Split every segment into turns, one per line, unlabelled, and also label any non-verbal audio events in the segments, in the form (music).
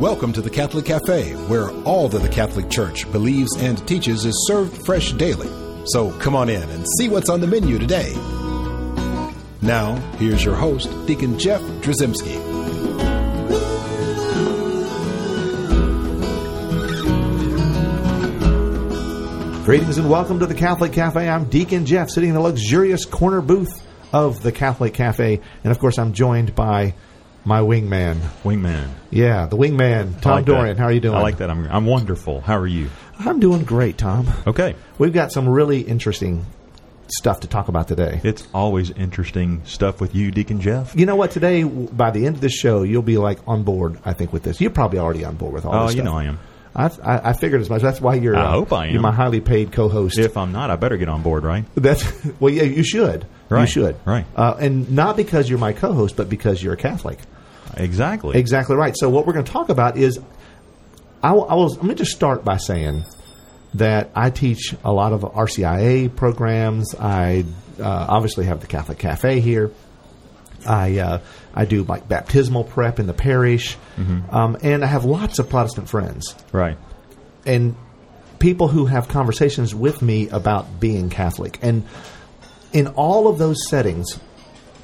Welcome to the Catholic Cafe, where all that the Catholic Church believes and teaches is served fresh daily. So come on in and see what's on the menu today. Now, here's your host, Deacon Jeff Drzymski.
Greetings and welcome to the Catholic Cafe. I'm Deacon Jeff, sitting in the luxurious corner booth of the Catholic Cafe, and of course, I'm joined by my wingman.
Wingman.
Yeah, the wingman, Tom
I like that.
Dorian. How are you doing?
I like that. I'm, I'm wonderful. How are you?
I'm doing great, Tom.
Okay.
We've got some really interesting stuff to talk about today.
It's always interesting stuff with you, Deacon Jeff.
You know what? Today, w- by the end of the show, you'll be like on board. I think with this, you're probably already on board with all.
Oh,
this
you
stuff.
know I am.
I, I, I figured as much. That's why you're.
I hope I am.
You're my highly paid co-host.
If I'm not, I better get on board, right?
That's well, yeah, you should. You
Right,
should.
right.
Uh, and not because you're my co-host, but because you're a Catholic.
Exactly.
Exactly right. So what we're going to talk about is, I will, I will. Let me just start by saying that I teach a lot of RCIA programs. I uh, obviously have the Catholic Cafe here. I uh, I do like baptismal prep in the parish, um, and I have lots of Protestant friends
Right.
and people who have conversations with me about being Catholic. And in all of those settings,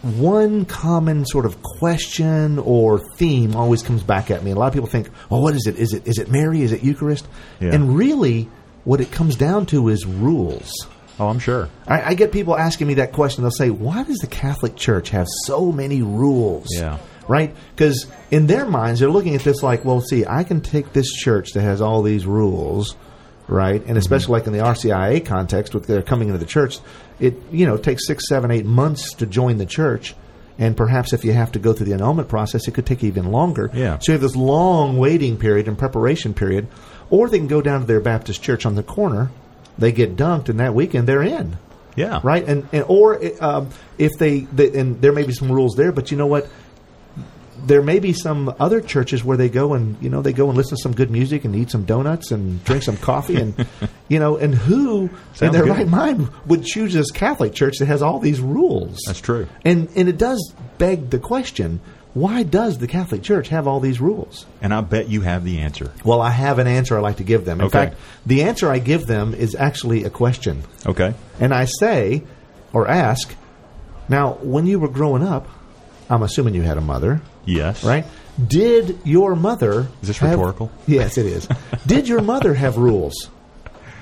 one common sort of question or theme always comes back at me. A lot of people think, "Well, what is it? Is it is it Mary? Is it Eucharist?"
Yeah.
And really, what it comes down to is rules.
Oh, I'm sure.
I, I get people asking me that question. They'll say, "Why does the Catholic Church have so many rules?"
Yeah.
right? Because in their minds, they're looking at this like, "Well, see, I can take this church that has all these rules, right?" And especially like in the RCIA context, with their coming into the church, it you know takes six, seven, eight months to join the church. And perhaps if you have to go through the annulment process, it could take even longer.
Yeah.
So you have this long waiting period and preparation period. Or they can go down to their Baptist church on the corner, they get dunked, and that weekend they're in
Yeah.
right? And and or um, if they, they and there may be some rules there, but you know what? There may be some other churches where they go and you know they go and listen to some good music and eat some donuts and drink some coffee
(laughs)
and you know and who in
Sounds
their
good.
right mind would choose this Catholic church that has all these rules?
That's true.
And and it does beg the question: Why does the Catholic Church have all these rules?
And I bet you have the answer.
Well, I have an answer I like to give them. In
Okay.
fact, the answer I give them is actually a question.
Okay.
And I say, or ask, now, when you were growing up, I'm assuming you had a mother,
Yes.
right? Did your mother.
Is this
have-
rhetorical?
Yes, it
(laughs)
is. Did your mother have rules?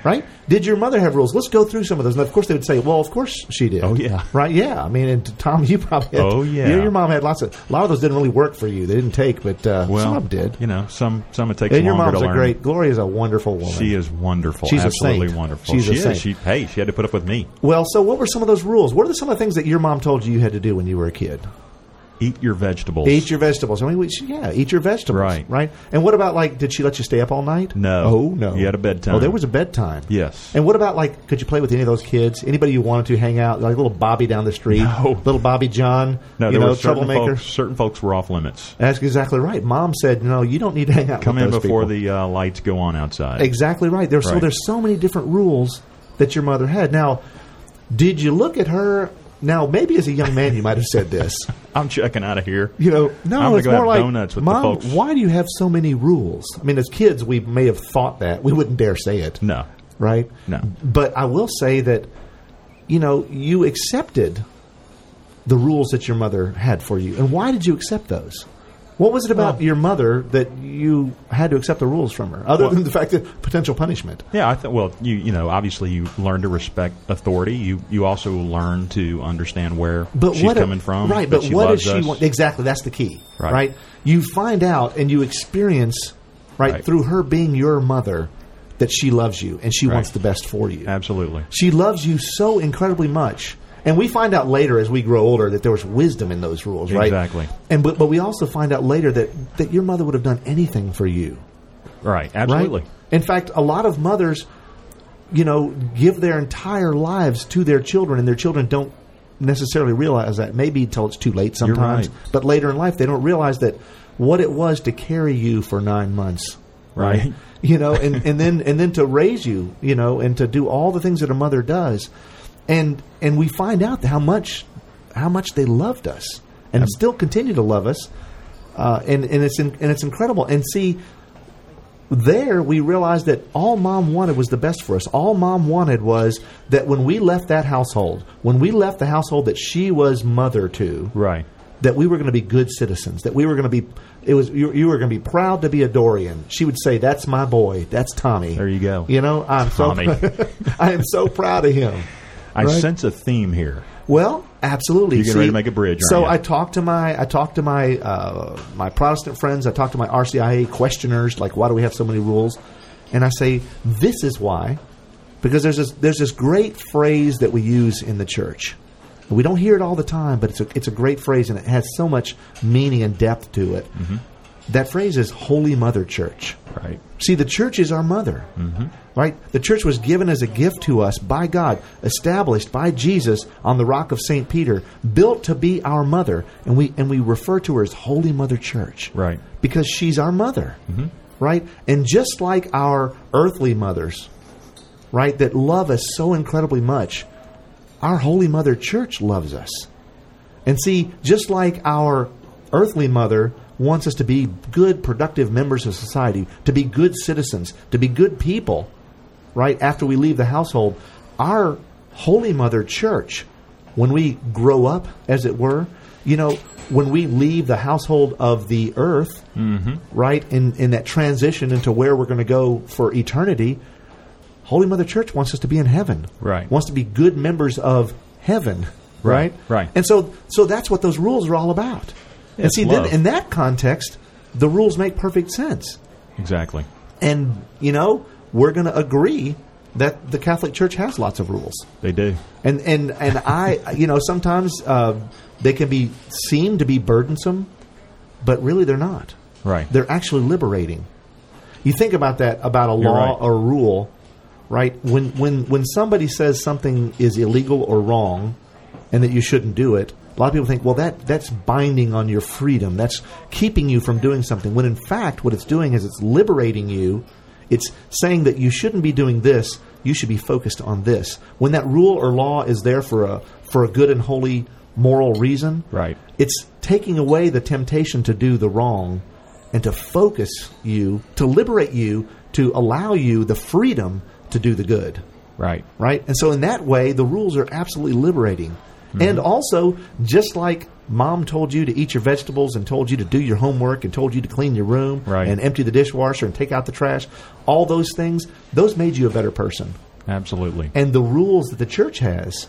Right? Did your mother have rules? Let's go through some of those. And of course, they would say, "Well, of course she did."
Oh, yeah.
right? Yeah. I mean, and Tom, (laughs) you probably. Had,
Oh, yeah.
you- your mom had lots of. A lot of those didn't really work for you. They didn't take, but uh,
Well,
some of them did.
You know, some some it takes
and your
longer
mom's
to
a
learn.
great. Gloria is a wonderful woman.
She is wonderful.
She's a
Absolutely
saint.
wonderful.
She's a
she
saint.
is. She hey, she had to put up with me.
Well, so what were some of those rules? What are some of the things that your mom told you you had to do when you were a kid?
Eat your vegetables.
Eat your vegetables. I mean, we, she- yeah, eat your vegetables.
Right.
Right. And what about like, did she let you stay up all night?
No.
Oh no.
You had a bedtime.
Oh, there was a bedtime.
Yes.
And what about like, could you play with any of those kids? Anybody you wanted to hang out, like little Bobby down the street,
No.
little Bobby John,
no,
you
there
know,
were certain
troublemaker.
folks, certain folks were off limits.
That's exactly right. Mom said, no, you don't need to hang out.
Come
with
in
those
before
people.
the uh, lights go on outside.
Exactly right. There's so
Right.
there's so many different rules that your mother had. Now, did you look at her? Now, maybe as a young man, you might have said this.
I'm checking out of here.
You know, no,
I'm gonna
it's
go
more
have
like
donuts with the
mom.
folks."
Why do you have so many rules? I mean, as kids, we may have thought that we wouldn't dare say it,
No.
right?
No.
But I will say that you know you accepted the rules that your mother had for you, and why did you accept those? What was it about
Well-
your mother that you had to accept the rules from her, other
Well-
than the fact that potential punishment?
Yeah, I th- well, you you know, obviously you learn to respect authority. You you also learn to understand where
But
she's
what
coming from.
Right,
that
but
she
what
loves
does she
us.
want? Exactly, that's the key. Right.
Right.
You find out and you experience right,
Right.
through her being your mother that she loves you and she
Right.
wants the best for you.
Absolutely.
She loves you so incredibly much. And we find out later as we grow older that there was wisdom in those rules, right?
Exactly.
And but, but we also find out later that that your mother would have done anything for you.
Right.
Right?
Absolutely.
In fact, a lot of mothers, you know, give their entire lives to their children, and their children don't necessarily realize that. Maybe until it's too late sometimes.
right.
But later in life, they don't realize that what it was to carry you for nine months.
Right.
(laughs) You know, and, and then and then to raise you, you know, and to do all the things that a mother does, and and we find out how much how much they loved us and still continue to love us, uh, and and it's in, and it's incredible. And see, there we realized that all mom wanted was the best for us. All mom wanted was that when we left that household, when we left the household that she was mother to,
Right.
that we were going to be good citizens, that we were going to be it was you, you were going to be proud to be a Dorian. She would say, "That's my boy. That's Tommy."
There you go.
You know, I'm
Tommy.
so (laughs) I am so proud of him.
I
Right.
sense a theme here.
Well, absolutely.
You're getting
See,
ready to make a bridge, aren't
So
you?
I talked to my I talked to my uh, my Protestant friends. I talked to my RCIA questioners. Like, why do we have so many rules? And I say this is why, because there's this there's this great phrase that we use in the church. We don't hear it all the time, but it's a it's a great phrase, and it has so much meaning and depth to it.
Mm-hmm.
That phrase is "Holy Mother Church."
Right.
See, the church is our mother, right? The church was given as a gift to us by God, established by Jesus on the rock of St. Peter, built to be our mother, and we and we refer to her as Holy Mother Church,
Right.
Because she's our mother, right? And just like our earthly mothers, right, that love us so incredibly much, our Holy Mother Church loves us. And see, just like our earthly mother wants us to be good, productive members of society, to be good citizens, to be good people, right, after we leave the household, our Holy Mother Church, when we grow up, as it were, you know, when we leave the household of the earth,
Mm-hmm.
right, in, in that transition into where we're going to go for eternity, Holy Mother Church wants us to be in heaven.
Right.
Wants to be good members of heaven.
Right, right.
And so so that's what those rules are all about. and
It's
see
love.
then in that context, the rules make perfect sense.
Exactly.
And you know, we're going to agree that the Catholic Church has lots of rules.
They do.
And and
(laughs)
and I you know, sometimes uh, they can be seem to be burdensome, but really they're not.
Right.
They're actually liberating. You think about that about a
You're
law
right.
or rule, right? When when when somebody says something is illegal or wrong, and that you shouldn't do it, a lot of people think, well, that that's binding on your freedom. That's keeping you from doing something. When in fact, what it's doing is it's liberating you. It's saying that you shouldn't be doing this. You should be focused on this. When that rule or law is there for a for a good and holy moral reason,
Right.
it's taking away the temptation to do the wrong and to focus you, to liberate you, to allow you the freedom to do the good,
Right.
right? And so, in that way, the rules are absolutely liberating. And also, just like mom told you to eat your vegetables and told you to do your homework and told you to clean your room
Right.
and empty the dishwasher and take out the trash, all those things, those made you a better person
Absolutely.
and the rules that the church has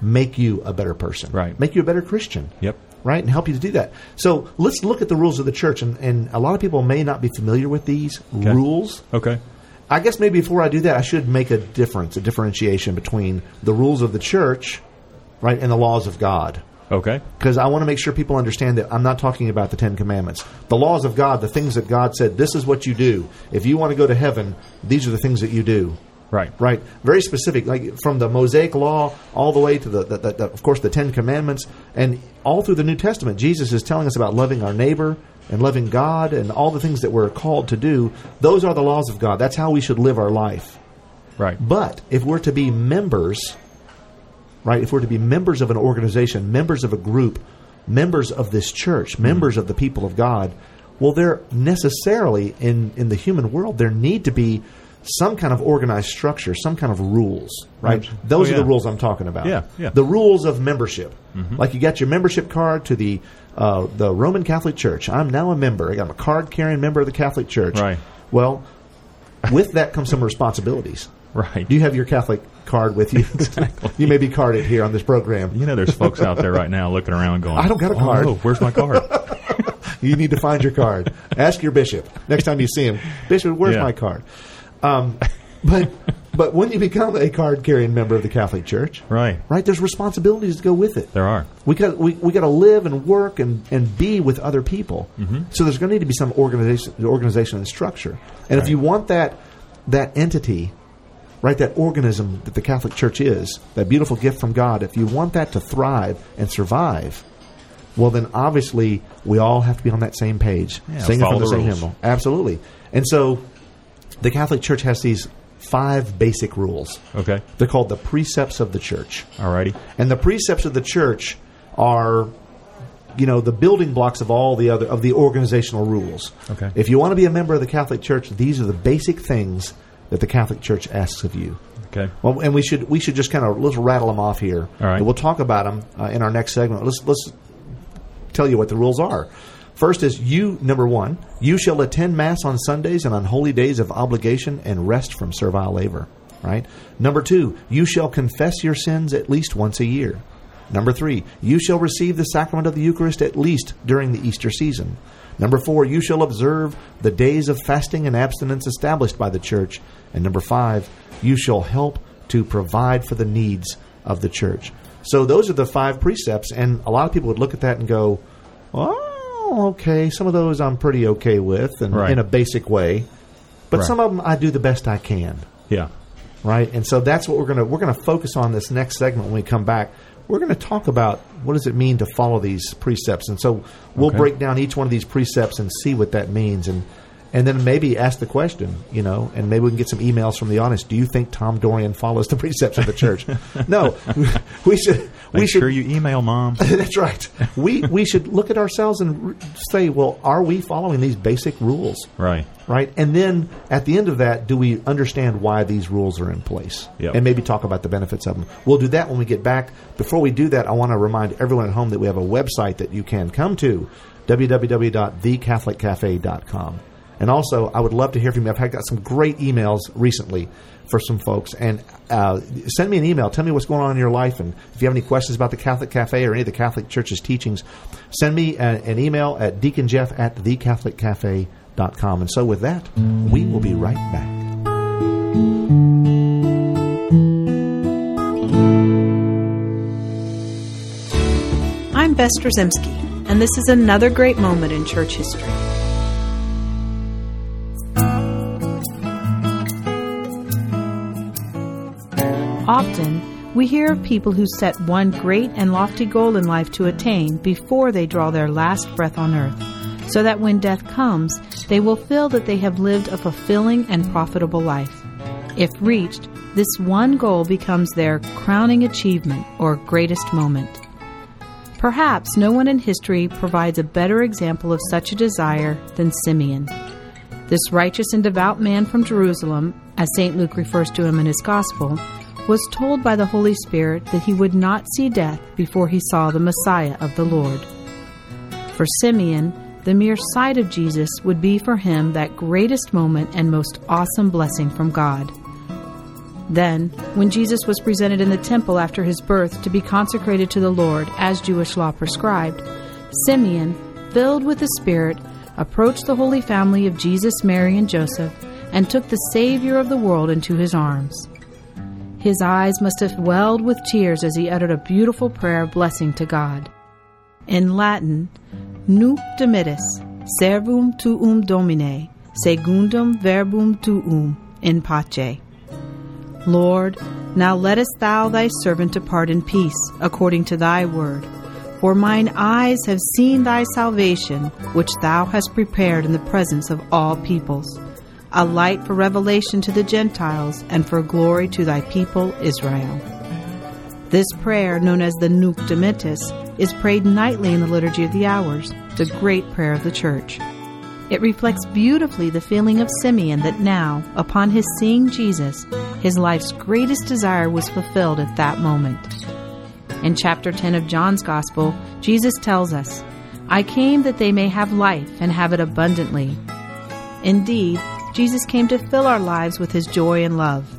make you a better person
Right.
make you a better christian
Yep.
right and help you to do that so let's look at the rules of the church and, and a lot of people may not be familiar with these rules
Okay.
i guess maybe before i do that i should make a difference a differentiation between the rules of the church right and the laws of god
Okay.
because I want to make sure people understand that I'm not talking about the Ten Commandments. The laws of God, the things that God said, this is what you do. If you want to go to heaven, these are the things that you do
Right.
right very specific like from the mosaic law all the way to the, the, the, the- of course the 10 commandments and all through the new testament jesus is telling us about loving our neighbor and loving god and all the things that we're called to do those are the laws of god that's how we should live our life
Right.
but if we're to be members right if we're to be members of an organization members of a group members of this church
Hmm.
members of the people of god well there necessarily in in the human world there need to be some kind of organized structure some kind of rules right
Abs-
those
oh,
are the
yeah.
rules i'm talking about
Yeah, yeah. Mm-hmm.
the rules of membership like you got your membership card to the uh, the roman catholic church i'm now a member i'm a card carrying member of the catholic church
Right.
well with that comes some responsibilities
Right.
do you have your Catholic card with you?
(laughs)
(laughs) Exactly. you may be carded here on this program.
You know, there's folks out there right now looking around going,
I don't got a
"Oh,
card."
no, where's
(laughs)
my card?
You need to find your card. Ask your bishop next time you see him. Bishop, where's
Yeah.
my card? Um, but but when you become a card carrying member of the Catholic Church,
right.
right? There's responsibilities to go with it.
There are.
We got we, we got to live and work and, and be with other people.
Mm-hmm.
So there's going to need to be some organization organization and structure. And if you want that that entity, right, that organism that the Catholic Church is, that beautiful gift from God, if you want that to thrive and survive, well then obviously we all have to be on that same page,
Yeah,
singing from
follow
the,
the
same
rules.
hymnal. Absolutely. And so the Catholic Church has these five basic rules.
Okay.
They're called the precepts of the church.
Alrighty.
And the precepts of the church are you know the building blocks of all the other of the organizational rules.
Okay.
If you want to be a member of the Catholic Church, these are the basic things that the Catholic Church asks of you.
Okay.
Well, and we should we should just kind of let's rattle them off here.
All right.
And we'll talk about them uh, in our next segment. Let's let's tell you what the rules are. First is you number one. You shall attend mass on Sundays and on holy days of obligation and rest from servile labor. Right. Number two, you shall confess your sins at least once a year. Number three, you shall receive the sacrament of the Eucharist at least during the Easter season. Number four, you shall observe the days of fasting and abstinence established by the church. And number five, you shall help to provide for the needs of the church. So those are the five precepts, and a lot of people would look at that and go, "Oh, okay. Some of those I'm pretty okay with, and
Right.
in a basic way, but
Right.
some of them I do the best I can."
Yeah.
right? And so that's what we're gonna we're gonna focus on this next segment when we come back. We're gonna talk about what does it mean to follow these precepts, and so we'll
Okay.
break down each one of these precepts and see what that means, and and then maybe ask the question, you know, and maybe we can get some emails from the audience. Do you think Tom Dorian follows the (laughs) precepts of the church? no, (laughs) we should.
Make
we should.
sure you email mom.
(laughs) That's right. We we should look at ourselves and r- say, well, are we following these basic rules?
right.
right? And then at the end of that, do we understand why these rules are in place?
Yep.
And maybe talk about the benefits of them. We'll do that when we get back. Before we do that, I want to remind everyone at home that we have a website that you can come to www.thecatholiccafe.com. And also, I would love to hear from you. I've had got some great emails recently for some folks. And uh, send me an email. Tell me what's going on in your life. And if you have any questions about the Catholic Cafe or any of the Catholic Church's teachings, send me a, an email at deaconjeff at thecatholiccafe.com. And so, with that, we will be right back.
I'm Bess Drzymski, and this is another great moment in church history. Often, we hear of people who set one great and lofty goal in life to attain before they draw their last breath on earth, so that when death comes, they will feel that they have lived a fulfilling and profitable life. If reached, this one goal becomes their crowning achievement or greatest moment. Perhaps no one in history provides a better example of such a desire than Simeon. This righteous and devout man from Jerusalem, as St. Luke refers to him in his Gospel, was told by the Holy Spirit that he would not see death before he saw the Messiah of the Lord. For Simeon, the mere sight of Jesus would be for him that greatest moment and most awesome blessing from God. Then, when Jesus was presented in the temple after his birth to be consecrated to the Lord as Jewish law prescribed, Simeon, filled with the Spirit, approached the Holy Family of Jesus, Mary, and Joseph and took the Savior of the world into his arms. His eyes must have welled with tears as he uttered a beautiful prayer of blessing to God. In Latin, Nunc dimittis, servum tuum Domine, secundum verbum tuum, in pace. Lord, now lettest thou thy servant depart in peace, according to thy word. For mine eyes have seen thy salvation, which thou hast prepared in the presence of all peoples, a light for revelation to the Gentiles, and for glory to thy people Israel. This prayer, known as the Nunc Dimittis, is prayed nightly in the Liturgy of the Hours, the great prayer of the Church. It reflects beautifully the feeling of Simeon that now, upon his seeing Jesus, his life's greatest desire was fulfilled at that moment. In chapter 10 of John's Gospel, Jesus tells us, I came that they may have life and have it abundantly. Indeed, Jesus came to fill our lives with his joy and love.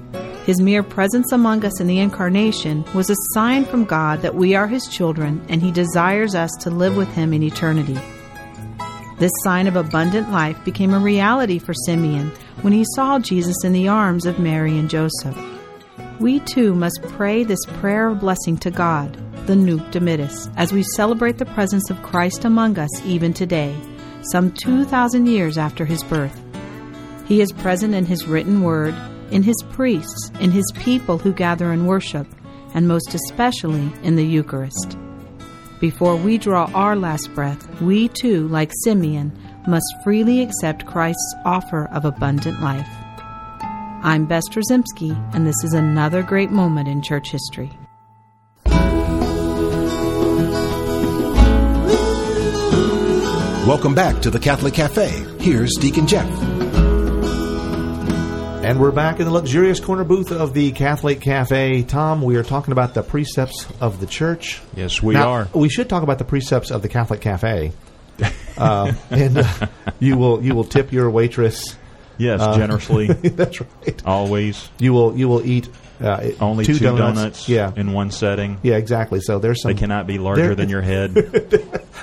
His mere presence among us in the Incarnation was a sign from God that we are his children and he desires us to live with him in eternity. This sign of abundant life became a reality for Simeon when he saw Jesus in the arms of Mary and Joseph. We too must pray this prayer of blessing to God, the Nunc Dimittis, as we celebrate the presence of Christ among us even today, some 2,000 years after his birth. He is present in his written word, in his priests, in his people who gather and worship, and most especially in the Eucharist. Before we draw our last breath, we too, like Simeon, must freely accept Christ's offer of abundant life. I'm Bess Drzymski, and this is another great moment in church history.
Welcome back to the Catholic Cafe. Here's Deacon Jeff.
And we're back in the luxurious corner booth of the Catholic Cafe. Tom, we are talking about the precepts of the church.
Yes, we
Now,
are.
We should talk about the precepts of the Catholic Cafe. Uh, (laughs) and uh, you will you will tip your waitress. (laughs)
Yes,
Uh,
generously,
That's right.
always.
You will you will eat uh,
Only two, donuts,
Yeah,
in one setting.
yeah, exactly. So there's some.
They cannot be
There-
larger than your
(laughs)
head.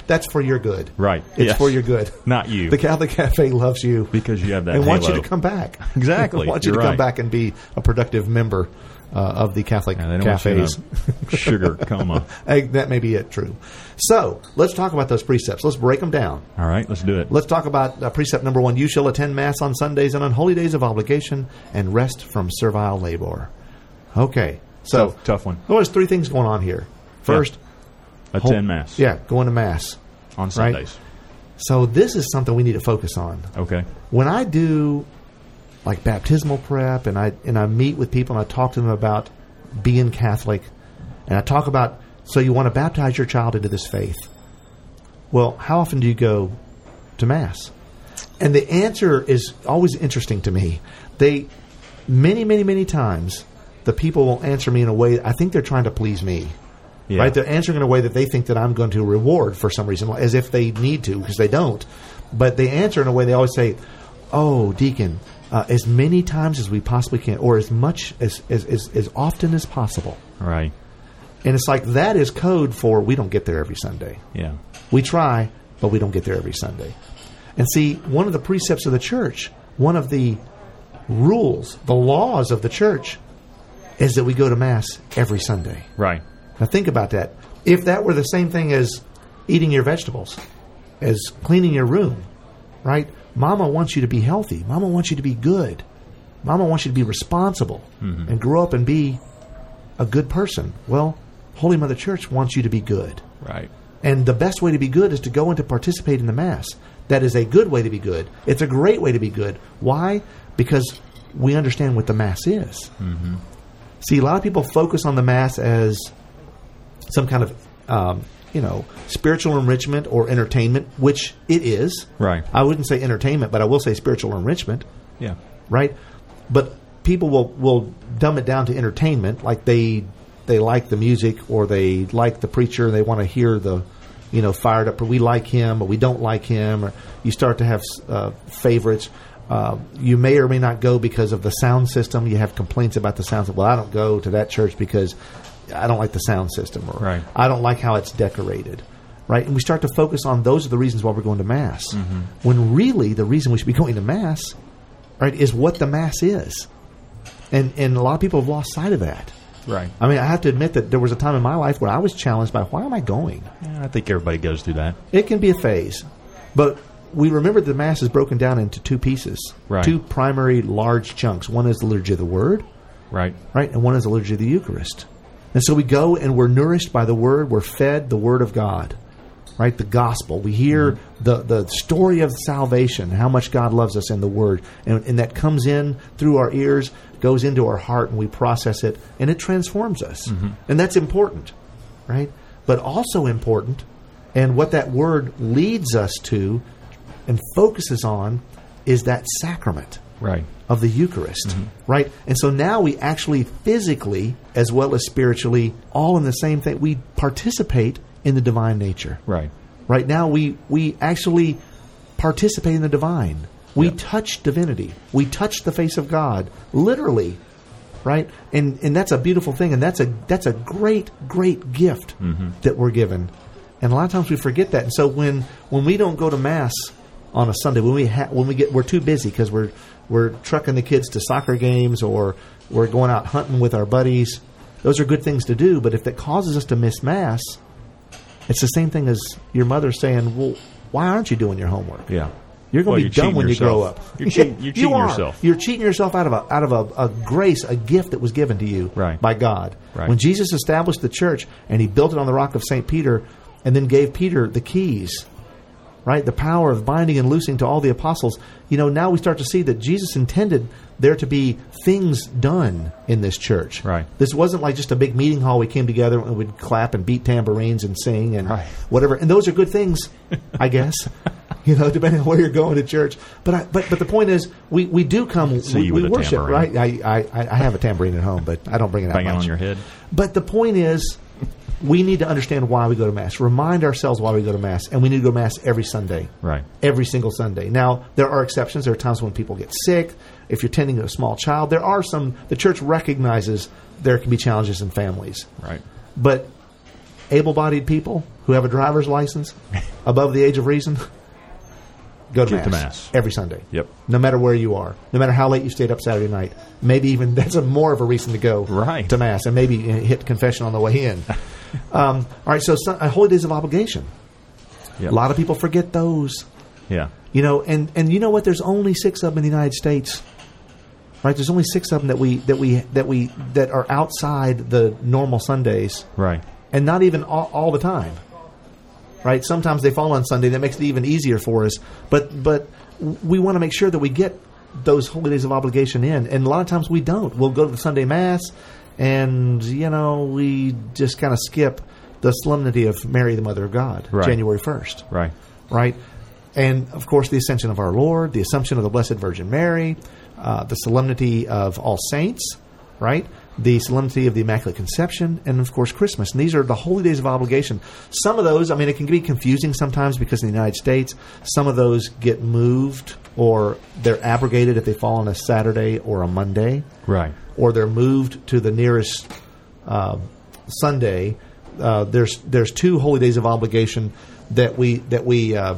That's for your good.
Right.
It's
Yes.
for your good.
Not you.
The Catholic Cafe loves you
because you have that
and wants you
halo.
to come back. (laughs)
Exactly.
wants you to
You're
come
right.
back and be a productive member uh, of the Catholic
And they don't want you in a
cafes. (laughs)
sugar coma.
Hey, that may be it. True. So let's talk about those precepts. Let's break them down.
All right, let's do it.
Let's talk about uh, precept number one: You shall attend mass on Sundays and on holy days of obligation, and rest from servile labor. Okay. So
Tough- tough one.
Well, there's three things going on here. First,
Attend mass.
yeah, going to mass.
On Sundays.
So this is something we need to focus on.
Okay.
when I do like baptismal prep and I and I meet with people and I talk to them about being Catholic and I talk about so you want to baptize your child into this faith. Well, how often do you go to mass? And the answer is always interesting to me. They many many many times the people will answer me in a way I think they're trying to please me.
Yeah.
Right? They're answering in a way that they think that I'm going to reward for some reason, as if they need to, because they don't. But they answer in a way they always say, "Oh, deacon, uh, as many times as we possibly can, or as much as as, as as often as possible."
Right.
And it's like that is code for we don't get there every Sunday.
Yeah.
We try, but we don't get there every Sunday. And see, one of the precepts of the church, one of the rules, the laws of the church, is that we go to mass every Sunday.
Right.
Now think about that. If that were the same thing as eating your vegetables, as cleaning your room, right? Mama wants you to be healthy. Mama wants you to be good. Mama wants you to be responsible and grow up and be a good person. Well, Holy Mother Church wants you to be good.
Right.
And the best way to be good is to go and to participate in the Mass. That is a good way to be good. It's a great way to be good. Why? Because we understand what the Mass is. Mm-hmm. See, a lot of people focus on the Mass as some kind of, um, you know, spiritual enrichment or entertainment, which it is.
Right.
I wouldn't say entertainment, but I will say spiritual enrichment
Yeah.
right? But people will, will dumb it down to entertainment, like they they like the music or they like the preacher, they want to hear the you know fired up. Or we like him, but we don't like him. Or you start to have uh, favorites. Uh, you may or may not go because of the sound system. You have complaints about the sound. Well, I don't go to that church because I don't like the sound system, or
Right.
I don't like how it's decorated. Right, and we start to focus on those are the reasons why we're going to mass. When really the reason we should be going to mass right, is what the mass is. And and a lot of people have lost sight of that.
Right.
I mean, I have to admit that there was a time in my life where I was challenged by why am I going?
Yeah, I think everybody goes through that.
It can be a phase. But we remember the mass is broken down into two pieces.
Right.
Two primary large chunks. One is the liturgy of the word,
Right.
right? And one is the liturgy of the Eucharist. And so we go and we're nourished by the Word. We're fed the Word of God, right? The gospel. We hear the, the story of salvation, how much God loves us in the Word. And, and that comes in through our ears, goes into our heart, and we process it, and it transforms us. And that's important, right? But also important, and what that Word leads us to and focuses on is that sacrament
Right.
of the Eucharist, right? And so now we actually physically, as well as spiritually, all in the same thing. We participate in the divine nature.
Right.
Right now, we we actually participate in the divine. We touch divinity. We touch the face of God, literally, right? And and that's a beautiful thing, and that's a that's a great great gift that we're given. And a lot of times we forget that. And so when when we don't go to mass on a Sunday, when we ha- when we get we're too busy because we're we're trucking the kids to soccer games or we're going out hunting with our buddies. Those are good things to do, but if that causes us to miss mass, it's the same thing as your mother saying, "Well, why aren't you doing your homework?
Yeah.
You're going to
Well, you're
be dumb
cheating
when
yourself.
you grow up. (laughs)
You're cheating- you're
You
cheating
are.
yourself.
You're cheating yourself out of a out of a, a grace, a gift that was given to you
Right.
by God.
Right.
When Jesus established the church and he built it on the rock of St. Peter and then gave Peter the keys, right? The power of binding and loosing to all the apostles. You know, now we start to see that Jesus intended there to be things done in this church.
Right.
This wasn't like just a big meeting hall we came together and we'd clap and beat tambourines and sing and
Right.
whatever. And those are good things, I guess. (laughs) you know, depending on where you're going to church. But I, but but the point is, we, we do come,
See
we,
you
we
with a
worship,
tambourine.
right? I, I I have a tambourine at home, but I don't bring it out
Bang it
much.
on your head.
But the point is, we need to understand why we go to mass. Remind ourselves why we go to mass, and we need to go to mass every Sunday.
Right.
Every single Sunday. Now there are exceptions. There are times when people get sick. If you're tending to a small child, there are some. The church recognizes there can be challenges in families,
Right.
but able-bodied people who have a driver's
(laughs)
license above the age of reason go to
Get
mass,
to mass.
every Sunday.
Yep.
No matter where you are, no matter how late you stayed up Saturday night, maybe even (laughs) that's a more of a reason to go
Right.
to mass and maybe uh, hit confession on the way
(laughs)
in. um, all right. So Sun- uh, holy days of obligation.
Yep.
A lot of people forget those.
Yeah.
You know, and and you know what? There's only six of them in the United States. Right? There's only six of them that we that we that we that are outside the normal Sundays
Right.
and not even all, all the time. Right? Sometimes they fall on Sunday. That makes it even easier for us. But but we want to make sure that we get those holy days of obligation in, and a lot of times we don't. We'll go to the Sunday mass, and you know we just kind of skip the solemnity of Mary, the Mother of God,
Right.
January first
Right.
right? And of course, the ascension of our Lord, the assumption of the Blessed Virgin Mary, uh, the solemnity of All Saints, right? The solemnity of the Immaculate Conception, and of course, Christmas. And these are the holy days of obligation. Some of those, I mean, it can be confusing sometimes because in the United States, some of those get moved or they're abrogated if they fall on a Saturday or a Monday
Right.
or they're moved to the nearest uh, Sunday. Uh, there's there's two holy days of obligation that we that we uh,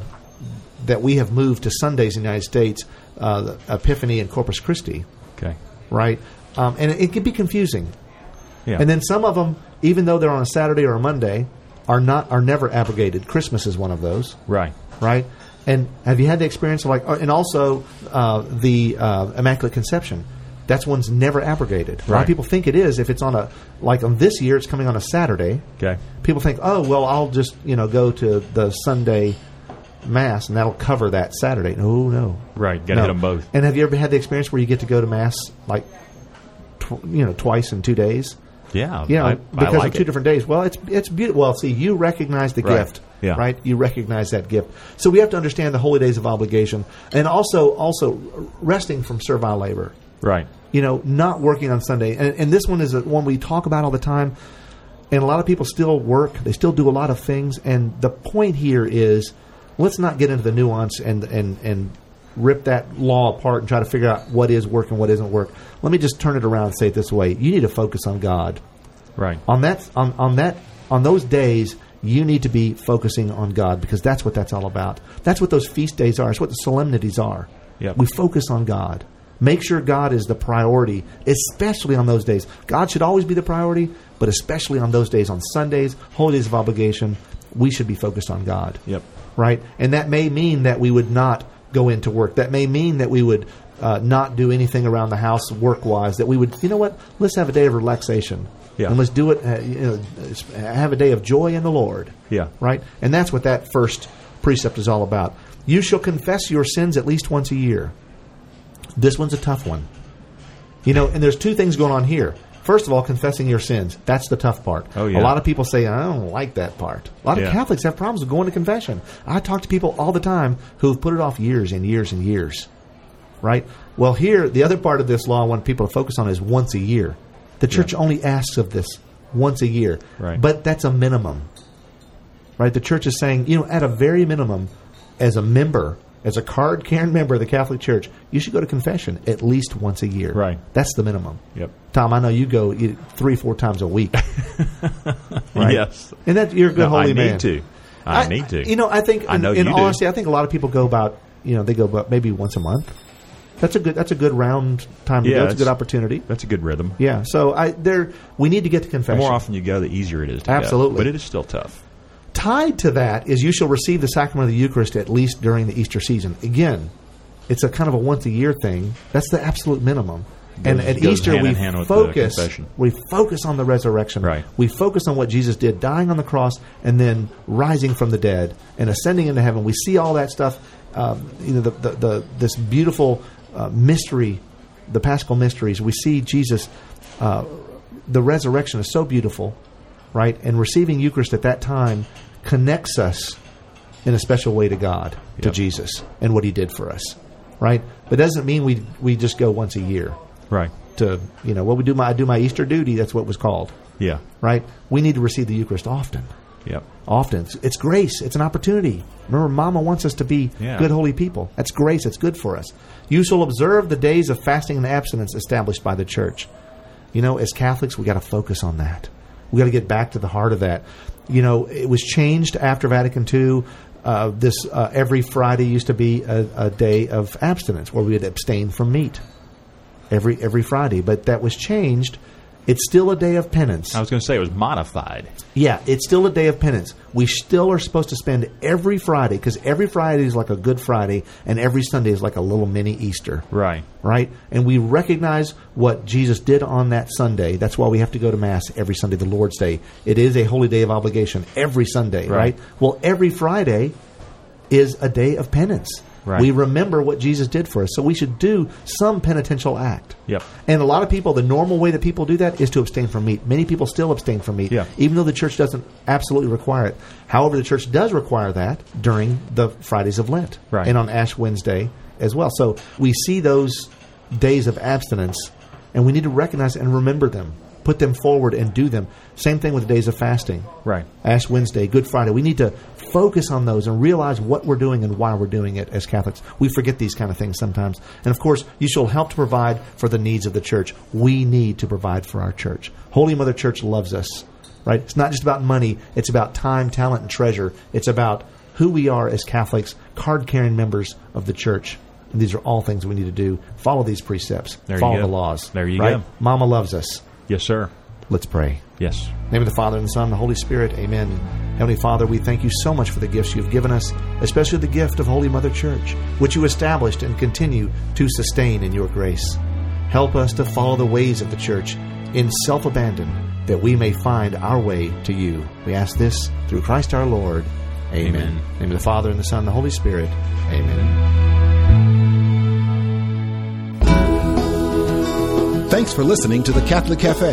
that we have moved to Sundays in the United States: uh, the Epiphany and Corpus Christi,
Okay.
right? Um, and it, it can be confusing.
Yeah.
And then some of them, even though they're on a Saturday or a Monday, are not are never abrogated. Christmas is one of those
Right.
right? And have you had the experience of like, oh, and also uh, the uh, Immaculate Conception? That's one's never abrogated. A lot
Right.
of people think it is if it's on a like on this year it's coming on a Saturday.
Okay.
People think, oh well, I'll just you know go to the Sunday mass and that'll cover that Saturday. No, no,
Right. Got to
No.
hit them both.
And have you ever had the experience where you get to go to mass like tw- you know twice in two days?
Yeah.
Yeah,
I, I
because
like
of two
it.
different days. Well, it's it's beautiful. Well, see, you recognize the
Right.
gift,
Yeah.
right? You recognize that gift. So we have to understand the holy days of obligation, and also also resting from servile labor.
Right.
You know, not working on Sunday, and, and this one is the one we talk about all the time. And a lot of people still work; they still do a lot of things. And the point here is, let's not get into the nuance and and and rip that law apart and try to figure out what is work and what isn't work. Let me just turn it around and say it this way: you need to focus on God
Right.
on that on, on that on those days you need to be focusing on God because that's what that's all about. That's what those feast days are. It's what the solemnities are.
Yep.
We focus on God. Make sure God is the priority, especially on those days. God should always be the priority, but especially on those days, on Sundays, holidays of obligation, we should be focused on God
Yep.
right? And that may mean that we would not go into work. That may mean that we would uh, not do anything around the house work wise. That we would, you know what? Let's have a day of relaxation.
Yeah.
And let's do it. Uh, you know, s- have a day of joy in the Lord.
Yeah.
Right. And that's what that first precept is all about. You shall confess your sins at least once a year. This one's a tough one. You know, and there's two things going on here. First of all, confessing your sins. That's the tough part.
Oh, yeah.
A lot of people say, I don't like that part. A lot
Yeah.
of Catholics have problems with going to confession. I talk to people all the time who've put it off years and years and years. Right? Well, here, the other part of this law I want people to focus on is once a year. The church only asks of this once a year.
Right.
But that's a minimum. Right? The church is saying, you know, at a very minimum, as a member, as a card carrying member of the Catholic Church, you should go to confession at least once a year.
Right.
That's the minimum.
Yep.
Tom, I know you go you- three, four times a week. Right?
Yes.
And that you're a good
No,
holy
I need
man.
to. I, need to.
You know, I think. In,
I know
in
you
all
do.
honesty, I think a lot of people go about. You know, they go about maybe once a month. That's a good. That's a good round time.
Yeah,
to go. It's a
it's-
good opportunity.
that's a good rhythm.
Yeah. So I there we need to get to
The
confession.
more often you go, the easier it is to go.
Absolutely.
But it is still tough.
Tied to that is you shall receive the sacrament of the Eucharist at least during the Easter season. Again, it's a kind of a once a year thing. That's the absolute minimum. And
Goes-
at
goes
Easter
hand
we
in hand with the
focus
confession.
we focus on the resurrection.
Right.
We focus on what Jesus did, dying on the cross and then rising from the dead and ascending into heaven. We see all that stuff. Um, you know, the, the, the this beautiful uh, mystery, the Paschal mysteries. We see Jesus. Uh, the resurrection is so beautiful, right? And receiving Eucharist at that time connects us in a special way to God. to
Yep.
Jesus and what he did for us, right? But it doesn't mean we we just go once a year
Right.
to you know what we do my I do my Easter duty. That's what it was called,
Yeah.
right? We need to receive the Eucharist often,
Yep.
often. It's, it's grace. It's an opportunity. Remember, Mama wants us to be
Yeah.
good, holy people. That's grace. It's good for us. You shall observe the days of fasting and abstinence established by the church. You know, as Catholics, we got to focus on that. We got to get back to the heart of that. You know, it was changed after Vatican II. Uh, this uh, every Friday used to be a, a day of abstinence where we would abstain from meat every every Friday, but that was changed. It's still a day of penance.
I was going to say it was modified.
Yeah, it's still a day of penance. We still are supposed to spend every Friday because every Friday is like a Good Friday, and every Sunday is like a little mini Easter.
Right.
Right? And we recognize what Jesus did on that Sunday. That's why we have to go to Mass every Sunday, the Lord's Day. It is a holy day of obligation every Sunday, right?
Right.
Well, every Friday is a day of penance.
Right.
We remember what Jesus did for us. So we should do some penitential act.
Yep.
And a lot of people, the normal way that people do that is to abstain from meat. Many people still abstain from meat,
Yeah.
even though the church doesn't absolutely require it. However, the church does require that during the Fridays of Lent
Right.
and on Ash Wednesday as well. So we see those days of abstinence, and we need to recognize and remember them, put them forward, and do them. Same thing with the days of fasting.
Right.
Ash Wednesday, Good Friday. We need to focus on those and realize what we're doing and why we're doing it as Catholics. We forget these kind of things sometimes. And of course, you shall help to provide for the needs of the church. We need to provide for our church. Holy Mother Church loves us, right? It's not just about money, it's about time, talent, and treasure. It's about who we are as Catholics, card carrying members of the church. And these are all things we need to do. Follow these precepts,
There you
follow
go.
the laws.
There you
right?
go.
Mama loves us.
Yes, sir.
Let's pray.
Yes.
In the name of the Father and the Son and the Holy Spirit. Amen. Heavenly Father, we thank you so much for the gifts you've given us, especially the gift of Holy Mother Church, which you established and continue to sustain in your grace. Help us to follow the ways of the Church in self abandon, that we may find our way to you. We ask this through Christ our Lord. Amen.
Amen.
In the name of the Father and the Son and the Holy Spirit. Amen.
Thanks for listening to the Catholic Cafe.